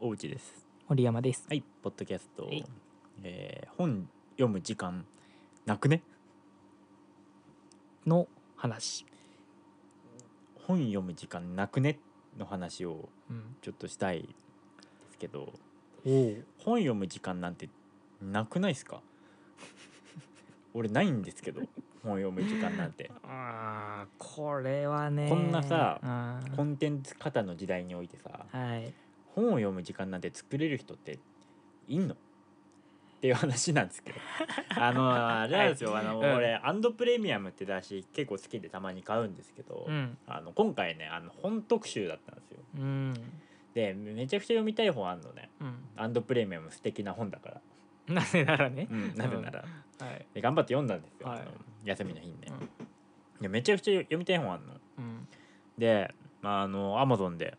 大内です森山です。はいポッドキャストはい、えー本読む時間なくねの話。本読む時間なくねの話をうん。ちょっとしたいですけどおお。本読む時間なんてなくないですか俺ないんですけど本読む時間なんてああ、これはね。こんなさあーコンテンツ型の時代においてさはい。本を読む時間なんて作れる人っていんのっていう話なん ですけどあのあれなんですよ、あの、うん俺アンドプレミアムって雑誌結構好きでたまに買うんですけど、うん。あの今回ねあの本特集だったんですようん。でめちゃくちゃ読みたい本あんのねうん。アンドプレミアム素敵な本だから、なぜならねう。んなぜなら、はい。で頑張って読んだんですよ、はいあの休みの日にね、うんでめちゃくちゃ読みたい本あんのうん。で、まあ、あのアマゾンで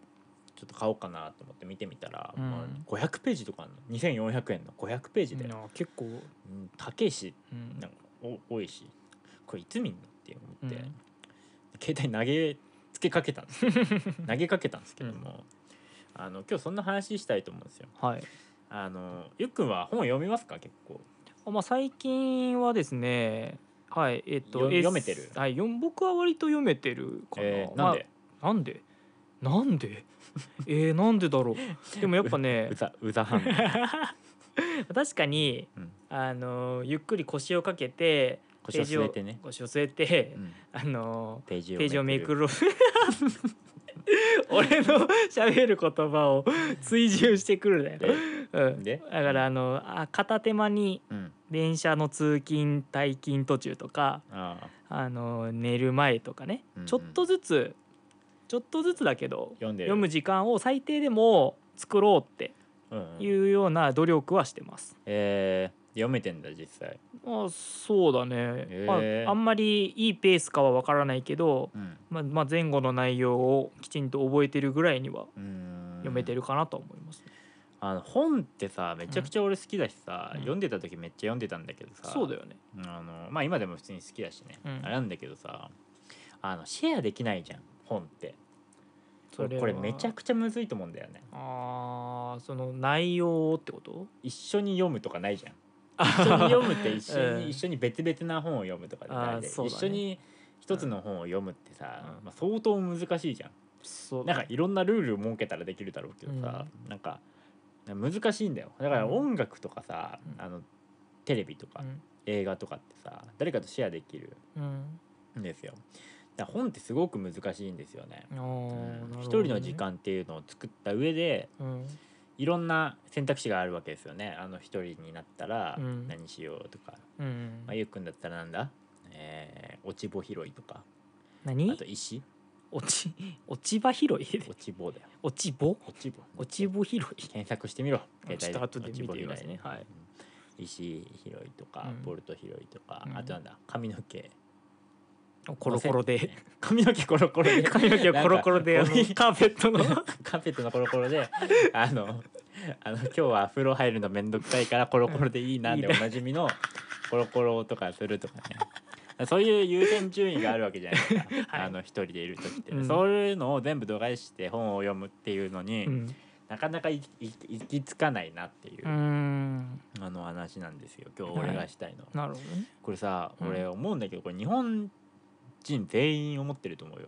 ちょっと買おうかなと思って見てみたら、うんまあ、500ページとかあんの2400円の500ページで、な結構。うん、高いしうんなんかお多いしこれいつ見んのって思って、うん携帯投げつけかけたん ですよ投げかけたんですけども、あの今日そんな話したいと思うんですよ。はい。あのゆっくんは本読みますか結構あまあ最近はですね。はい。えっとよえー読めてるはい。読ん僕は割と読めてるかな。えーなんで、まあなんで。なんで。えー、なんでだろ う。でもやっぱねう。ざうざはん、確かに。うんあのゆっくり腰をかけて腰を据えてねページを腰を据えて、うんあのページペをージをめくるろう 俺の喋る言葉を追従してくるね、でうん、でだからあのあ片手間にうん電車の通勤退勤途中とかあああの寝る前とかね、うんうんちょっとずつちょっとずつだけど読んでる読む時間を最低でも作ろうってうんうんいうような努力はしてます。えー、読めてんだ実際、まあそうだね、へえまあ、あんまりいいペースかはわからないけど、うん、まあ、まあ前後の内容をきちんと覚えてるぐらいにはうーん読めてるかなと思います、ねあの本ってさめちゃくちゃ俺好きだしさ、うん読んでた時めっちゃ読んでたんだけどさそうだよねあのまあ今でも普通に好きだしね、うんあれなんだけどさあのシェアできないじゃん本ってそれはこれめちゃくちゃむずいと思うんだよねあーその内容ってこと一緒に読むとかないじゃ ん一緒に読むって一緒に、うん一緒に別々な本を読むとかでないであーそうだね一緒に一つの本を読むってさ、うんまあ、相当難しいじゃんそうなんかいろんなルールを設けたらできるだろうけどさ、なんか難しいんだよだからうん音楽とかさ、うんあのテレビとかうん映画とかってさ誰かとシェアできるうんんですよだから本ってすごく難しいんですよねあーうんなるほどね一人の時間っていうのを作った上でうんいろんな選択肢があるわけですよねあの一人になったらうん何しようとか、うんまあ、ゆうくんだったらなんだえー落ち穂拾いとかあ何と石落ち 落ち葉拾い落ち穂だよ落ち穂落ち穂落ち葉拾い検索してみろあちょっと後で見て落ち穂拾みますねはいうん石拾いとか、うんボルト拾いとか、うんあとなんだ髪の毛コロコロで髪の毛コロコロで 髪の毛をコロコロであなのんかカーペットの カーペットのコロコロで あのあの今日は風呂入るのめんどくさいからコロコロでいいなでいいおねなじみのコロコロとかするとかねそういう優先順位があるわけじゃないですか、 はいあの一人でいる時って、うんそういうのを全部度外視して本を読むっていうのに、うんなかなか行き行き着かないなっていううーんあの話なんですよ今日俺がしたいのは、なるほどねこれさ、うん俺思うんだけどこれ日本人全員思ってると思うよ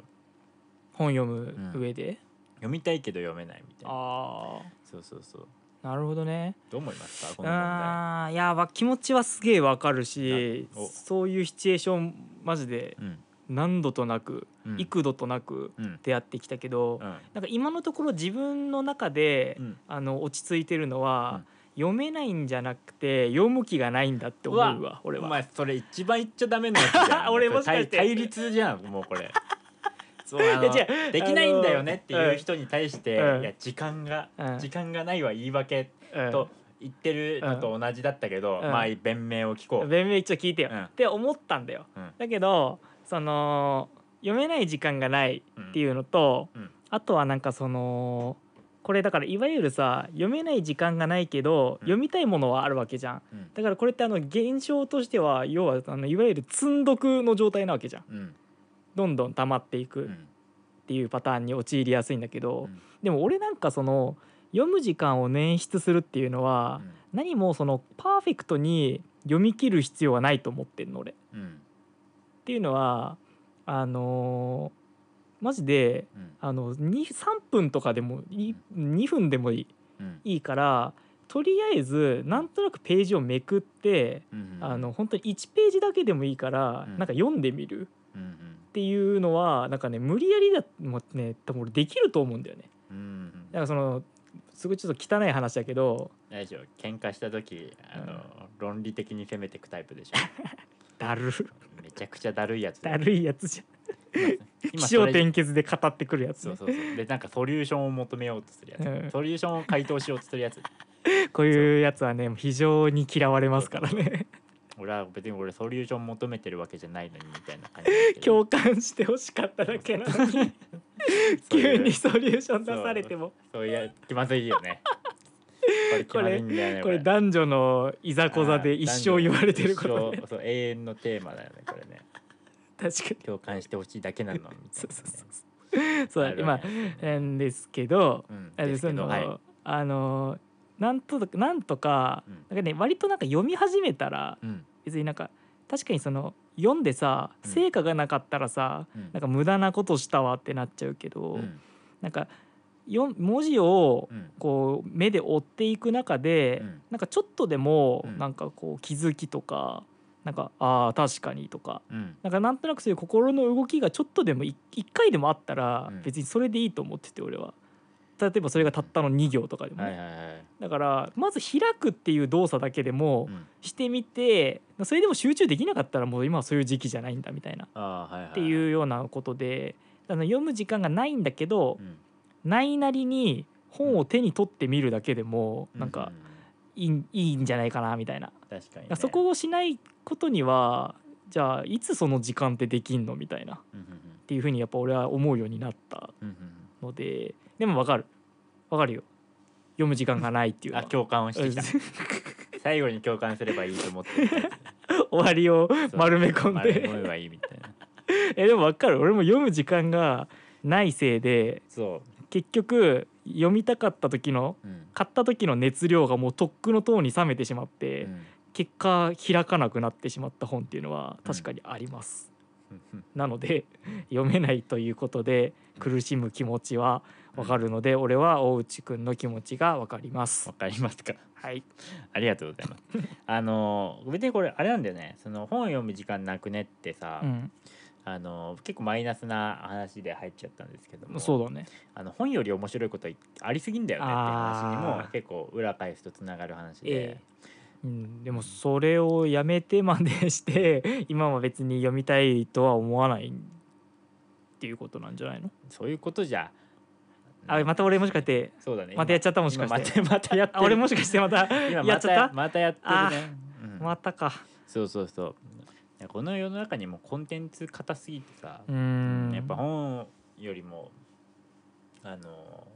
本読む上で、読みたいけど読めないみたいなあそうそうそうあなるほどねどう思いますかこの問題あーいやわ気持ちはすげえわかるしおそういうシチュエーションマジでうん何度となく、うん幾度となくうん出会ってきたけど、うんなんか今のところ自分の中で、うんあの落ち着いてるのは、読めないんじゃなくて読む気がないんだって思ううわ俺おは。前それ一番言っちゃダメなやつじゃん 俺もしかしてそれ対対立じゃんもう これそうあのいや違うできないんだよあねのっていう人に対して、うんいや時間が、うん時間がないは言い訳うんと言ってるのと同じだったけど、うんまあ弁明を聞こう、弁明一応聞いてよ、うんって思ったんだよ、うんだけどその読めない時間がないっうていうのと、うんあとはなんかそのこれだからいわゆるさ読めない時間がないけど、うん読みたいものはあるわけじゃんんだからこれってあの現象としては要はあのいわゆる積んどくの状態なわけじゃんうんどんどん溜まっていうくっんていうパターンに陥りやすいんだけど、うんでも俺なんかその読む時間を捻出するっていうのは、何もそのパーフェクトに読み切る必要はないと思ってんの俺。っうんうんていうのはあのーマジでうんあのに3分とかでもいい2分でもいいうんいいからとりあえずなんとなくページをめくって、うんあの本当に1ページだけでもいいから、うんなんか読んでみるうんっていうのはなんかね無理やりだもうね多分俺できると思うんだよね。うんうんだからそのすごいちょっと汚い話だけど大丈夫喧嘩した時あの、論理的に攻めてくタイプでしょだるめちゃくちゃだるいやつだるいやつじゃん今気そ象れ転結で語ってくるやつそね、うそうそうでなんかソリューションを求めようとするやつ、うんソリューションを回答しようとするやつこういうやつはね非常に嫌われますからね俺は別に俺ソリューション求めてるわけじゃないのにみたいな感じだけど共感してほしかっただけなのにそうい急うにソリューション出されてもそういや気まずいよねここれれ気まずいんだよねこれ男女のいざこざで一生言われてることね一生そう永遠のテーマだよねこれね確かに共感してほしいだけなのみたいなね、 そうそうそうそうあだるわ今けなんですよねなんですけどうんあれでそすけどの、はいあのなんとかなんとか,、うんなんかね割となんか読み始めたらうん別になんか確かにその読んでさうん成果がなかったらさ、うんなんか無駄なことしたわってなっちゃうけど、うんなんかよ文字をうんこう目で追っていく中で、うんなんかちょっとでもうんなんかこう気づきとか、なんかああ確かにとかうんなんかなんとなくそういう心の動きがちょっとでもい一回でもあったらうん別にそれでいいと思ってて俺は。例えばそれがたったの2行とかでもね、はいはいはいだからまず開くっていう動作だけでもうんしてみてそれでも集中できなかったらもう今はそういう時期じゃないんだみたいなっあーはいはいていうようなことであの読む時間がないんだけどうんないなりに本を手に取ってみるだけでもなんうかいいいいんじゃないかなみたいな確かにね、そこをしないことにはじゃあいつその時間ってできんのみたいなっうんうんていうふうにやっぱ俺は思うようになったうんうんのででもわかるわかるよ読む時間がないっていうんううんのあは共感をしてきた 最後に共感すればいいと思ってるや終わりをつ 丸め込ん丸めで込めばいいみたいなえでも分かる俺も読む時間がないせいでそ結局読みたかった時のう、うん買った時の熱量がもうとっくの塔に冷めてしまっうて、ん結果開かなくなってしまった本っていうのは確かにあります、 うんなので読めないということで苦しむ気持ちは分かるので、俺は大内くんの気持ちが分かりますわ、かりますか はいありがとうございますあの別にこれあれなんだよねその本読む時間なくねってさ、うん、あの結構マイナスな話で入っちゃったんですけどもそうだねあの本より面白いことありすぎんだよねって話にもあー結構裏返すとつながる話で、ええうん、でもそれをやめてまでして 今は別に読みたいとは思わないっていうことなんじゃないのそういうことじゃあまた俺もしかしてそうだねまたやっちゃったもしかして今またま たやってある俺もしかしてまた今やまっちゃったまたやってるね、うんまたかそうそうそういやこの世の中にもコンテンツ硬すぎてさう、んやっぱ本よりもあの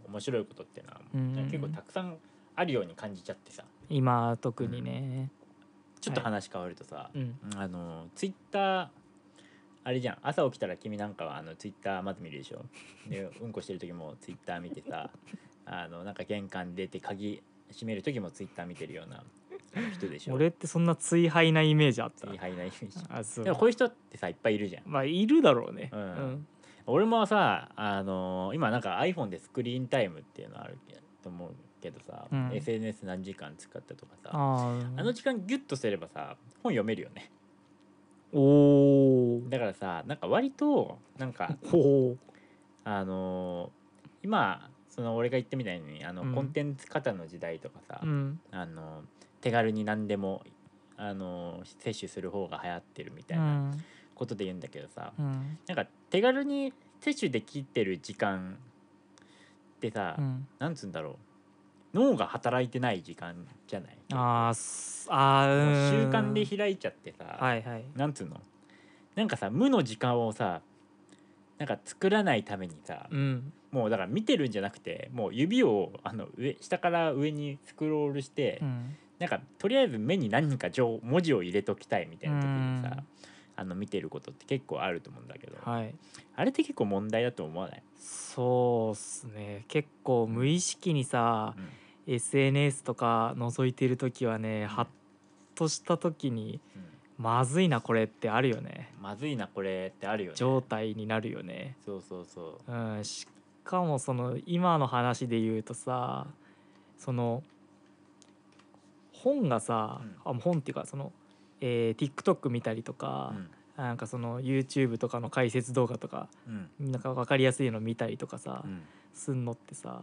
面白いことってのは、うん結構たくさんあるように感じちゃってさ今特にね、ちょっと話変わるとさ、うんあのツイッターあれじゃん朝起きたら君なんかはあのツイッターまず見るでしょでうんこしてる時もツイッター見てさあのなんか玄関出て鍵閉める時もツイッター見てるようなあの人でしょ俺ってそんな追廃なイメージあった次入らないイメージあそうでもこういう人ってさいっぱいいるじゃんまあいるだろうねうん俺もさあの今なんか iPhone でスクリーンタイムっていうのあるけと思うけどさ、うん SNS 何時間使ったとかさあああの時間ギュッとすればさ本読めるよね おーだからさなんか割となんかほうあのー今その俺が言ったみたいにあの、うんコンテンツ型の時代とかさ、うんあの手軽に何でもあの摂取する方が流行ってるみたういなんことで言うんだけどさ、うんなんか手軽に摂取できてる時間ってさ、うんなんつうんだろう脳が働いてない時間じゃないあーすあもうー習うん慣で開いちゃってさ、はいはいなんつうのなんかさ無の時間をさなんか作らないためにさ、うんもうだから見てるんじゃなくてもう指をあの上下から上にスクロールして、うんなんかとりあえず目に何か情文字を入れときたいみたいな時にさあの見てることって結構あると思うんだけど、はいあれって結構問題だと思わない、そうっすね結構無意識にさ、うん SNS とか覗いてる時はねハッとした時にうまずいなこれってあるよねんまずいなこれってあるよね状態になるよねそうそうそうん、しかもその今の話で言うとさその本がさ、あ本っていうかその、えー TikTok 見たりとうか、うんなんかその YouTube とかの解説動画とかうんなんか分かりやすいの見たりとかさ、うんすんのってさ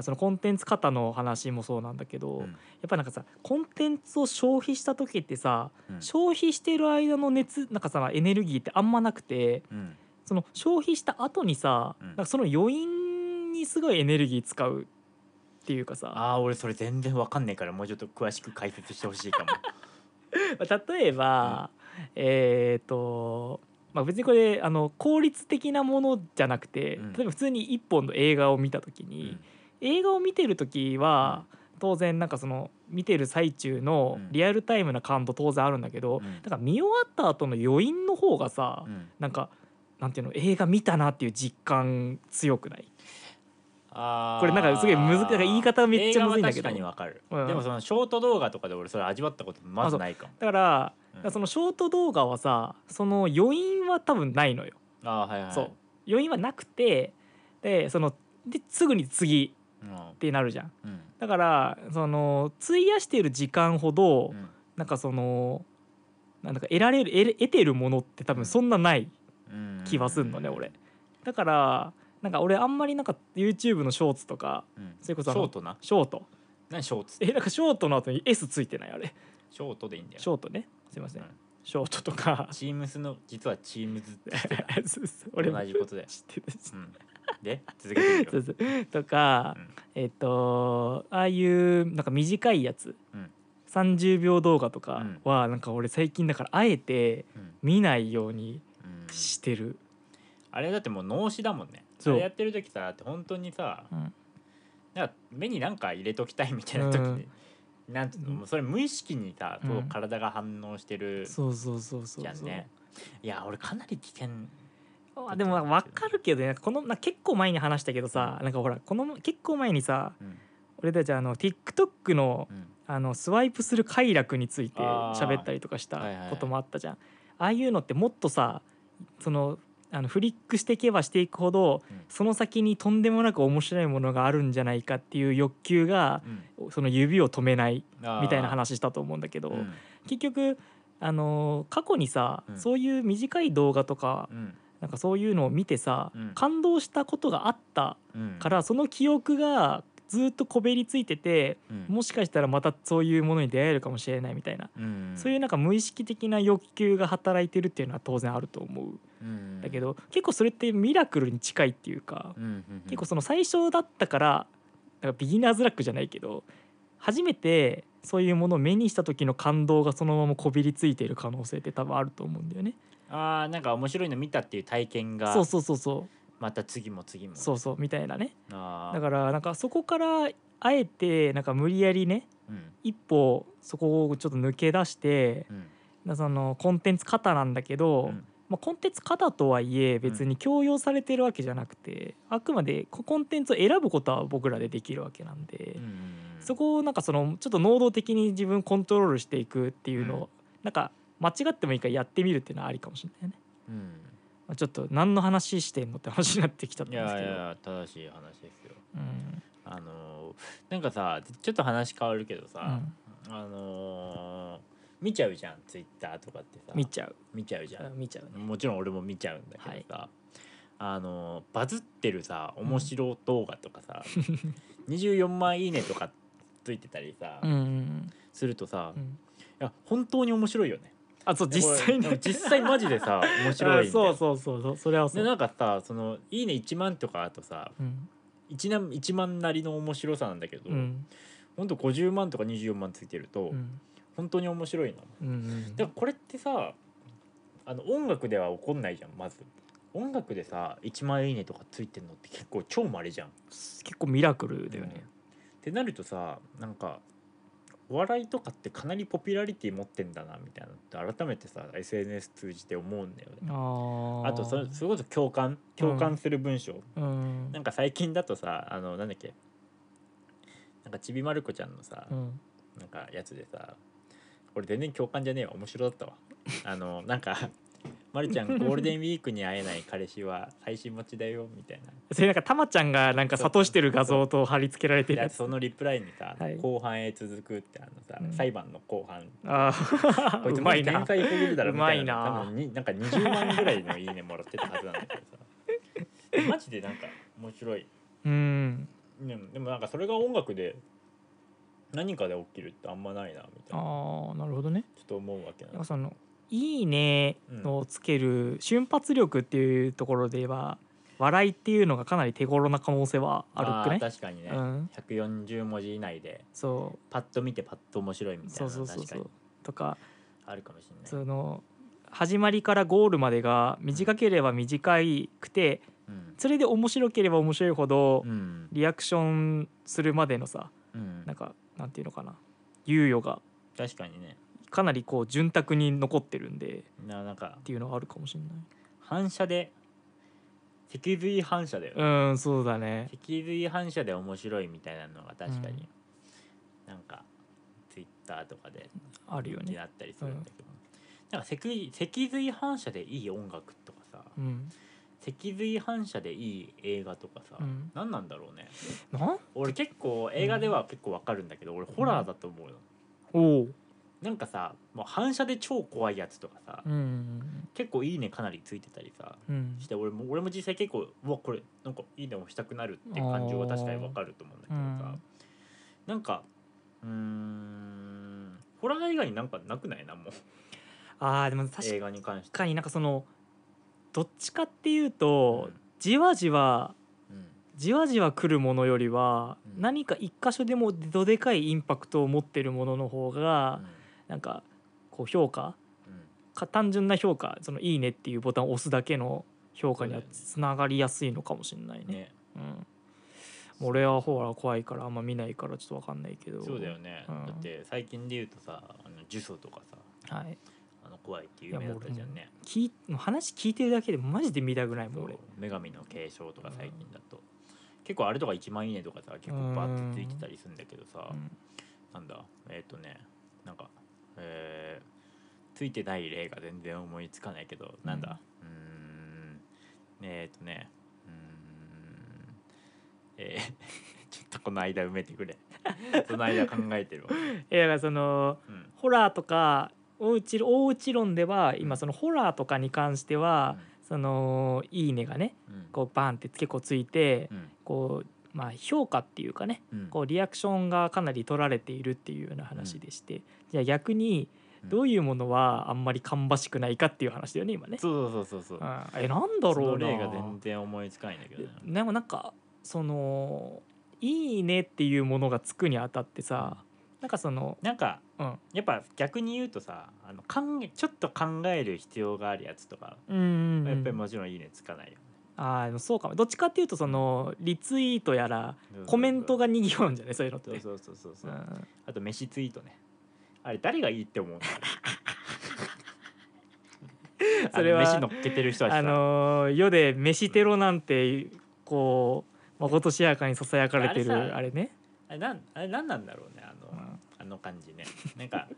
そのコンテンツ型の話もそうなんだけど、うやんっぱなんかさコンテンツを消費した時ってさ、うん消費してる間の熱なんかさエネルギーってあんまなくて、うんその消費した後にさ、うんなんかその余韻にすごいエネルギー使うっていうかさあー俺それ全然わかんないからもうちょっと詳しく解説してほしいかも例えば、えっ、と、まあ、別にこれあの効率的なものじゃなくて、うん例えば普通に一本の映画を見た 時うにん、映画を見てる時は、当然なんかその見てる最中のうんリアルタイムな感度当然あるんだけど、うんなんか見終わった後の余韻の方がさ、うんなんかなんていうの映画見たなっていう実感強くないあーこれなんかすごいむずなんか言い方めっちゃむずいんだけど映画は確かにわかる、うんでもそのショート動画とかで俺それ味わったことまずないかもだからうんだからそのショート動画はさその余韻は多分ないのよ、あーはいはいそう余韻はなくてでそのですぐに次うんってなるじゃんうんだからその費やしている時間ほど、うんなんかそのなんだか得られる得れ得てるものって多分そんなないうん気はすんのね、俺だからなんか俺あんまりなんか YouTube のショーツとかうんそれこそあシのョートなショート何ショートってえなんかショートの後に S ついてないあれショートでいいんだよショートねすいません、うんショートとかチームスの実はチームズって言 ってた そうそう俺も同じことで、知ってる知ってるうん、で続けてみそようそうとか、うんえっ、とああいうなんか短いやつ、うん30秒動画とかうんはなんか俺最近だからあえてう、うん見ないようにうんしてる、あれだってもう脳死だもんねそあうれやってる時さだって本当にさなんか目になんか入れときたいみたいな時に、なんつうのもうそれ無意識にさ、こううん体が反応してるそうそうそうそうじゃんねいや俺かなり危険あでもなんか分かるけどねなんかこのなんか結構前に話したけどさなんかほらこの結構前にさうん俺たちあの TikTok のうんあのスワイプする快楽についてあー喋ったりとかしたはいはいはいこともあったじゃん、ああいうのってもっとさそのあのフリックしていけばしていくほど、うんその先にとんでもなく面白いものがあるんじゃないかっていう欲求がうんその指を止めないあーみたいな話したと思うんだけど、うん結局あのー過去にさ、うんそういう短い動画とか、うんなんかそういうのを見てさ、うん感動したことがあったうんから、その記憶がずっとこべりついてて、うんもしかしたらまたそういうものに出会えるかもしれないみたいな、うんそういうなんか無意識的な欲求が働いてるっていうのは当然あると思ううんだけど結構それってミラクルに近いっていうか、うんうんうん結構その最初だったからなんかビギナーズラックじゃないけど初めてそういうものを目にした時の感動がそのままこびりついている可能性って多分あると思うんだよね。あーなんか面白いの見たっていう体験がそうそうそうそまた次も次もうそうそうみたいなね。あーだからなんかそこからあえてなんか無理やりねうん一歩そこをちょっと抜け出してうんなそのコンテンツ型なんだけど、うんまあ、コンテンツ型とはいえ別に強要されてるわけじゃなくて、あくまでこコンテンツを選ぶことは僕らでできるわけなんで、うんそこをなんかそのちょっと能動的に自分コントロールしていくっていうのを、うんなんか間違ってもいいからやってみるっていうのはありかもしれないね。うんまあちょっと何の話してんのって話になってきちゃったいんですやけいど。や正しい話ですようんあのーなんかさちょっと話変わるけどうさ、ん、あのー見ちゃうじゃんツイッターとかってさ見ちゃう見ちゃうじゃん見ちゃうね。もちろん俺も見ちゃうんだけどさ、あのーバズってるさ面白動画とかさ、24万いいねとかついてたりさ、うんうんするとさ、うんういん、や本当に面白いよねあそうで実際これね実際マジでさ面白いあんだよ そうそうそうそうそれはそでう。なんかさその「いいね1万」とかあとさうん1万 ,1 万なりの面白さなんだけど、うんほんと50万とか24万ついてると、うん本当に面白いの。うんうんだからこれってさあの音楽では起こんないじゃんまず音楽でさ1万いいねとかついてんのって結構超まれじゃん。結構ミラクルだようんっね。てなるとさなんかお笑いとかってかなりポピュラリティ持ってんだなみたいなのって改めてさ SNS 通じて思うんだよね。あああとそれそれこそ共感共感する文章、うんなんか最近だとさあのなんだっけなんかちびまる子ちゃんのさ、うんなんかやつでさ俺全然共感じゃねえわ面白だったわあのなんか「まるちゃんゴールデンウィークに会えない彼氏は最新待ちだよ」みたいなそれなんかたまちゃんがなんかそう諭してる画像と貼り付けられているややつそのリプライにさ「はい後半へ続く」ってあのさ、うん裁判の後半ああこいつうもまういな天才すぎるだろうみまたいいなな多分になんか20万ぐらいの「いいね」もらってたはずなんだけどさマジでなんか面白い、うんでもでもなんかそれが音楽で何かで起きるってあんまないなみたいなああなるほどねちょっと思うわけななんのかその「いいね」をつける瞬発力っていうところでは笑いっていうのがかなり手頃な可能性はあるあくーね確かにね、うん140文字以内でそパッと見てパッと面白いみうたいそうなその確かうそうそにうとかあるかもしれない、その始まりからゴールまでが短ければ短くてうんそれで面白ければ面白いほどうんリアクションするまでのさうんなんかなんていうのかな猶予が確かにねかなりこう潤沢に残ってるんでっななんかていうのはあるかもしれない反射で脊髄反射だよ、うんそうだね脊髄反射で面白いみたいなのが確かに、なんかツイッターとかであるよ人気にねなったりするんだけど、なんか脊髄脊髄反射でいい音楽とかさ、うん脊髄反射でいい映画とかさ、うん何なんだろうねなん俺結構映画では結構わかるんだけど、俺ホラーだと思うよ、おうなんかさもう反射で超怖いやつとかさ、うん結構いいねかなりついてたりさうんして俺も俺も実際結構うわこれなんかいいね押したくなるっていう感情は確かにわかると思うんだけどさ、うんなんかうーんホラー以外になんかなくないなもうあーでも確映画に関してかになんかそのどっちかっていうとじわじわうんじわじわ来るものよりは、うん何か一箇所でもどでかいインパクトを持ってるものの方うが、んなんかこう評価うんか単純な評価その「いいね」っていうボタンを押すだけの評価にはそうだよねつながりやすいのかもしれないね。ねうん、もう俺はほら怖いからあんま見ないからちょっとわかんないけどそうだよね、うんだって最近で言うとさあの呪詛とかさはい、あの怖いっていう名だったじゃんね聞いもう話聞いてるだけでマジで見たくないもんそう俺女神の継承とか最近だと、結構あれとか1万いいねとかさ結構バーってついてたりするんだけどさ、うんなんだえっ、とねなんかえーついてない例が全然思いつかないけど、なんだうーんえっ、とねうーんえー ちょっとこの間埋めてくれ その間考え てるわ、えだからそのうんホラーとかおうちおうち論では今そのホラーとかに関しては、その「いいね」がねうんこうバンって結構ついて、うんこうまあ評価っていうかねうんこうリアクションがかなり取られているっていうような話でして、じゃあ逆にうんどういうものはあんまり芳しくないかっていう話だよね今ね。、そうそうそうそうそううんえなんだそろのうな例が全然思いつかないんだけどねでもなんかその「いいね」っていうものがつくにあたってさなんかそのなんかうんやっぱ逆に言うとさあの考えちょっと考える必要があるやつとか、うんうんうんやっぱりもちろんいいねつかないよ、あーでもそうかもどっちかっていうとそのリツイートやらコメントがにぎわうんじゃないそういうのっそうて。そうそうそうそうう、んあと飯ツイートねあれ誰がいいって思うの それはあの飯乗っけてる人はさあのー世で飯テロなんてこうまことしやかにささやかれてるあれさあれね、あれなんあれなんなんだろうねあの、うんあの感じねなんか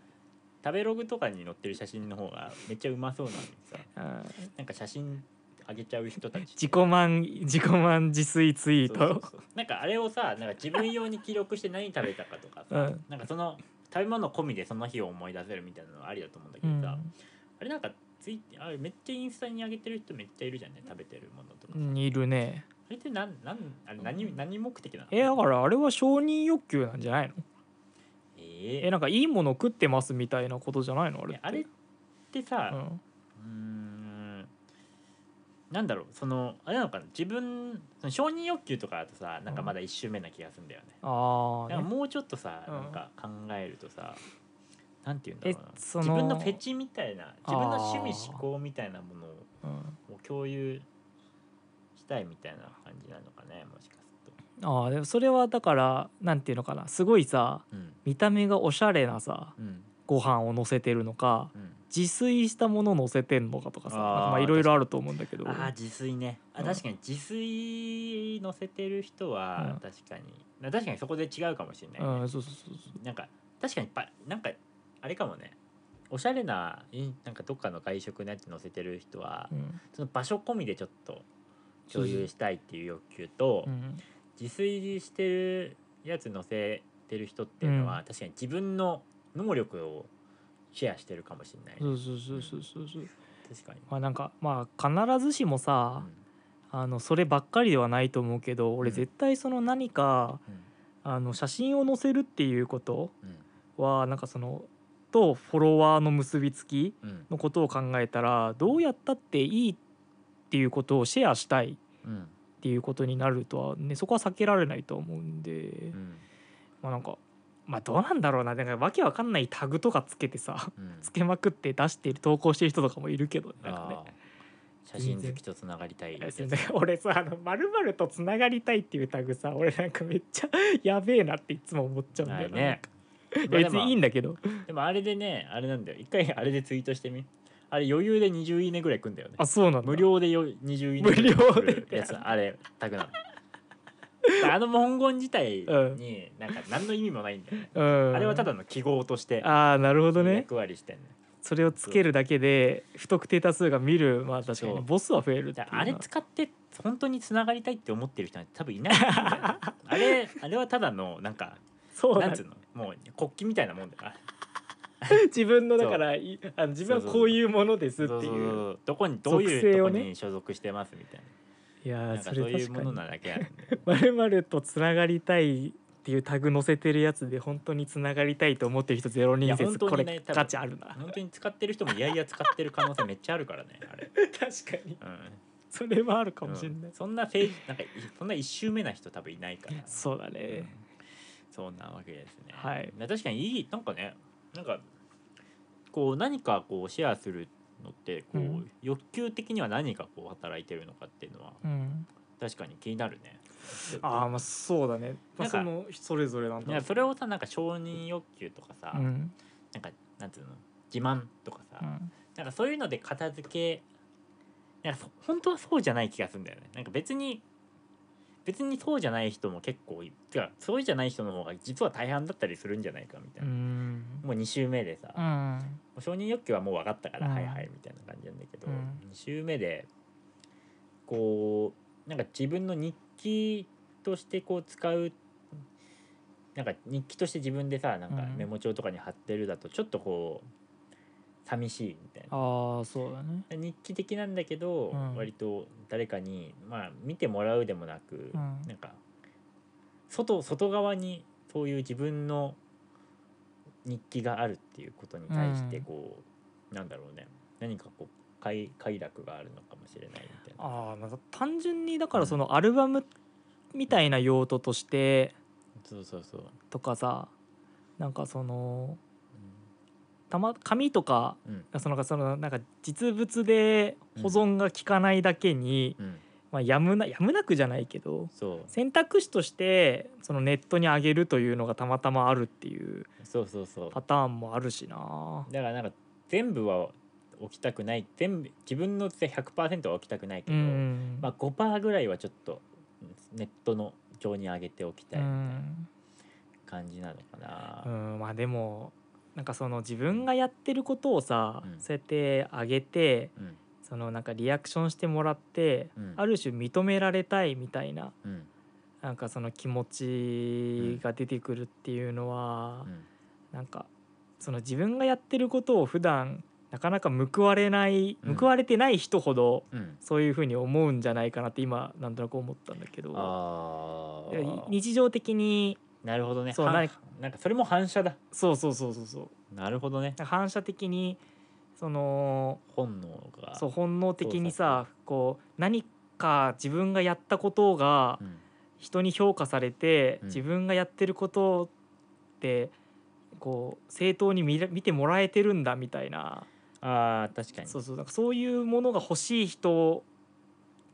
食べログとかに載ってる写真の方がめっちゃうまそうなのにさうんなんか写真あげちゃう人たち自己満 自己満自炊ツイーそうそうトそうなんかあれをさなんか自分用に記録して何食べたかとかさ、うんなんかその食べ物込みでその日を思い出せるみたいなのはありだと思うんだけうどんさ、あれなんかツイあれめっちゃインスタに上げてる人めっちゃいるじゃんね食べてるものとか、うあんいるねれってなんなんあれ何,、何目的なのえだからあれは承認欲求なんじゃないのええーなんかいいもの食ってますみたいなことじゃないのあれえってあれってうさんうーんなんだろうそのあれなのかな自分その承認欲求とかだとさなんかまだ1周目な気がするんだよね、あなんあ、かね、もうちょっとさ、うんなんか考えるとさなんて言うんだろうなえその自分のフェチみたいな自分の趣味あー思考みたいなものをうんもう共有したいみたいな感じなのかねもしかするとああでもそれはだからなんていうのかなすごいさうん見た目がおしゃれなさうんご飯を乗せてるのかうん自炊したもの乗せてんのかとかさあーなんかまあいろいろあると思うんだけどあー自炊ねあうん確かに自炊乗せてる人は確かに、な確かにそこで違うかもしれない、うねんそうそうそうそうなんか確かにパなんかあれかもねおしゃれないなんかどっかの外食のやつ乗せてる人は、うんその場所込みでちょっと共有したいっていう欲求と、うん自炊してるやつ乗せてる人っていうのは、う確かに自分の能力をシェアしてるかもしれない、そうそうそうそうそうそう確かに、まあなんかまあ必ずしもうさんあのそればっかりではないと思うけど俺うん絶対その何かうんあの写真を載せるっていうことうんはなんかそのとフォロワーの結びつきうんのことを考えたらどうやったっていいっていうことをシェアしたいうんっていうことになるとはねそこは避けられないと思うんで、うんまあなんかまあどうなんだろうななんかわけわかんないタグとかつけてさ うんつけまくって出してる投稿してる人とかもいるけどねなんかねあー写真好きとつながりたいいやそうだから俺さ「あの〇〇とつながりたい」っていうタグさ俺なんかめっちゃ やべえなっていつも思っちゃうんだなよいねなんかまいあや別にいいんだけどでもあれでねあれなんだよ一回あれでツイートしてみあれ余裕で20いいねぐらいくんだよねあそうなんだ無料でよ20いいねぐらい来るやつ無料であれタグなのあの文言自体になんか何の意味もないんだよね、うんあれはただの記号としてああなるほどね役割してんねそれをつけるだけで不特定多数が見るまあ確かにねそうボスは増えるっていだうあれ使って本当につながりたいって思ってる人なんて多分いないと思うんだよ ねあれあれはただのなんかそうななんんつうのもう国旗みたいなもんだから 自分のだからいあの自分はこういうものですってそうそういうそうどこにどうい属う性とをこねに所属してますみたいいやな,、ーなんかそそうれいう確もかのになだけあるんだよ「まるまるとつながりたい」っていうタグ載せてるやつで本当につながりたいと思ってる人ゼロい人や本説当こにねれ多分価値あ るな本当に使ってる人もいやいや使ってる可能性めっちゃあるからねあれ、確かにうん、それはあるかもしれない、うんそんな政治なんかいそんな一周目な人多分いないからそうだうんね、そんなわけですね、はいな確かにいいなんかねなんかこう何かこうシェアするのってこう、うん欲求的には何がこう働いてるのかっていうのはうん、確かに気になるねああまあそうだね、まあ、なそんかのそれぞれなんだいやそれをさなんか承認欲求とかさ、うんなんかなんていうの自慢とかさ、うんなんかそういうので片付けなんかそ本当はそうじゃない気がするんだよねなんか別に別にそうじゃない人も結構いてかそうじゃない人の方が実は大半だったりするんじゃないかみたういな、んもう2週目でさ、うもんう承認欲求はもう分かったから、うんはいはいみたいな感じなんだけど、うん2週目でこうなんか自分の日記としてこう使うなんか日記として自分でさなんかうんメモ帳とかに貼ってるだとちょっとこう寂しいみたいな。ああそうだね日記的なんだけど、うん割と誰かに、まあ、見てもらうでもなく、うんなんか外外側にそういう自分の日記があるっていうことに対してうんこう、なんだろうね何かこう快快楽があるのかもしれないみたいな。ああまあ単純にだからそのアルバムみたいな用途としてそうそうそう。とかさなんかそのうたま紙とかんうんそのそのなんか実物で保存が効かないだけに、うん、まあ、やむなやむなくじゃないけどそう選択肢としてそのネットに上げるというのがたまたまあるっていうそうそうそう。パターンもあるしなだからなんか全部は置きたくない全部自分の100%は置きたくないけうど。んまあ、5%ぐらいはちょっとネットの上に上げておきたういみたいなん感じなのかな。うんまあでもなんかその自分がやってることをさ、うんそうやって上げてうんそのなんかリアクションしてもらって、うんある種認められたいみたいなうんなんかその気持ちが出てくるっていうのは、うんなんかその自分がやってることを普段なかなか報われない、うん報われてない人ほどうん、そういうふうに思うんじゃないかなって今なんとなく思ったんだけどあいやいー日常的になるほどねそうはん何かなんかそれも反射だそうそうそうそうそうなるほどねなんか反射的にその本能がそう本能的にそさこう何か自分がやったことがうん人に評価されて、うん自分がやってることってこう正当に見ら見てもらえてるんだみたいなあー確かにそうそうなんかそういうものが欲し い人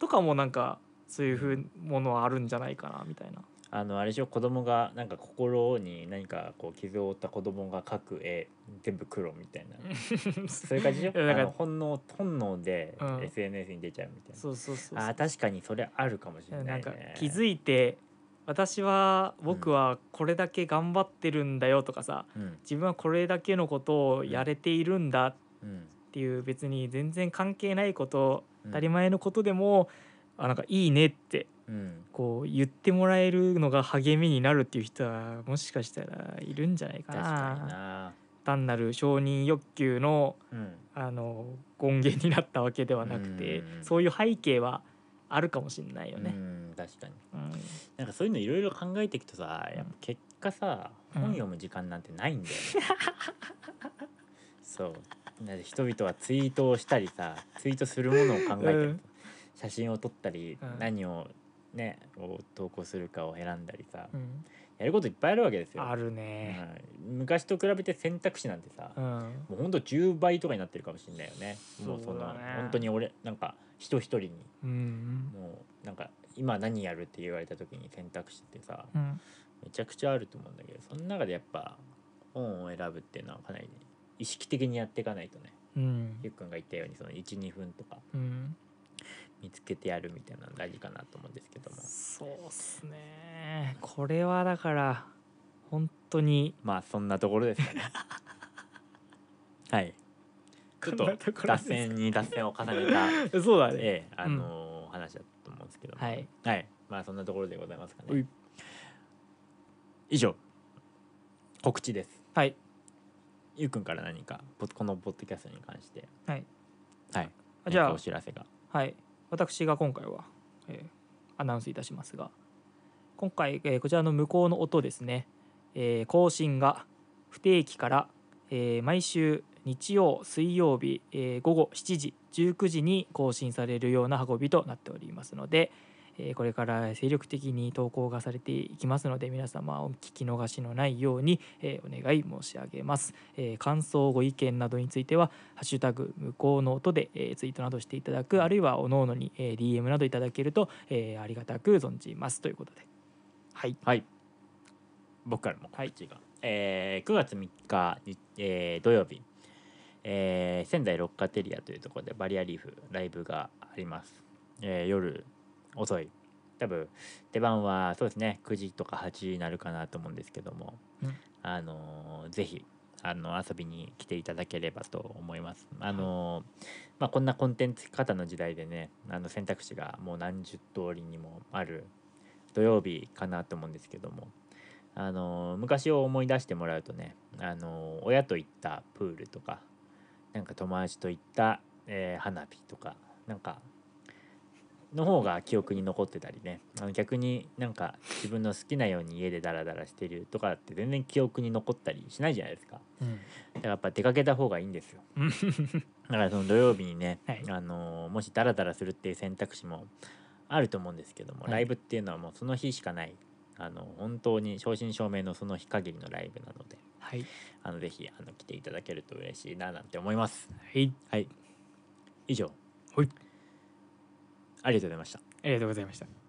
とかもなんかそういうふうものはあるんじゃないかなみたいな。あのあれでしょ子供がなんか心に何かこう傷を負った子供が描く絵全部黒みたいなそういう感じでしょ いやだからあの本能本能でうん SNS に出ちゃうみたいな、そうそうそうあー確かにそれあるかもしれない、ね、なんか気づいて私は僕はこれだけ頑張ってるんだよとかさ、うん自分はこれだけのことをやれているんだっうんていう別に全然関係ないことうん当たり前のことでも、あなんかいいねってうんこう言ってもらえるのが励みになるっていう人はもしかしたらいるんじゃないか確なかにな単なる承認欲求のうんあの根源になったわけではなくて、うんそういう背景はあるかもしれないようね。ん確かにうんなんかそういうのいろいろ考えていくとさやっぱ結果さ、うん本読む時間なんてないんだよ、ね そうだって人々はツイートをしたりさツイートするものを考えたり、うん写真を撮ったり、うん何をねを投稿するかを選んだりさ、うんやることいっぱいあるわけですよ、あるね。うん昔と比べて選択肢なんてさ、うん。もうほんと10倍とかになってるかもしれないよねもうそそうのだね本当に俺なんか人一人にうん。もうなんか今何やるって言われた時に選択肢ってさ、うん。めちゃくちゃあると思うんだけどその中でやっぱ本を選ぶっていうのはかなり意識的にやっていかないとねうんゆっくんが言ったようにその12分とかうん。見つけてやるみたいなの大事かなと思うんですけどもそうっすね。これはだから本当にまあそんなところですか ねはいちょっこんなとところ脱ですか線に脱線を重ねた そうだね。ええあのー話だと思うんですけどもはい。はいまあそんなところでございますかうねい以上告知ですはい。ゆうくんから何かポこのポッドキャストに関してはい。はいあじゃあ何かお知らせがはい、私が今回は、えーアナウンスいたしますが今回、えーこちらの向こうの音ですね、えー更新が不定期から、えー毎週日曜水曜日、えー午後7時19時に更新されるような運びとなっておりますので、えーこれから精力的に投稿がされていきますので皆様お聞き逃しのないように、えーお願い申し上げます、えー感想ご意見などについてはハッシュタグ向こうの音で、えーツイートなどしていただくあるいはおのおのに、えー DM などいただけると、えーありがたく存じますということではいはい。僕からも告知が、えー9月3日に、えー土曜日、えー仙台ロッカテリアというところでバリアリーフライブがあります。えー夜遅い。多分出番はそうですね9時とか8時になるかなと思うんですけども、うんあのーぜひあの遊びに来ていただければと思います。あのーまあ、こんなコンテンツ方の時代でねあの選択肢がもう何十通りにもある土曜日かなと思うんですけども、あのー昔を思い出してもらうとね、あのー親と行ったプールとかなんか友達と行った、えー花火とかなんかの方が記憶に残ってたりねあの逆になんか自分の好きなように家でダラダラしてるとかって全然記憶に残ったりしないじゃないですかだからやっぱ出かけた方がいいんですよ うんだからその土曜日にね、はいあのーもしダラダラするっていう選択肢もあると思うんですけども、はいライブっていうのはもうその日しかないあの本当に正真正銘のその日限りのライブなのではいあのぜひあの来ていただけると嬉しいななんて思いますはいはい以上はいありがとうございましたありがとうございました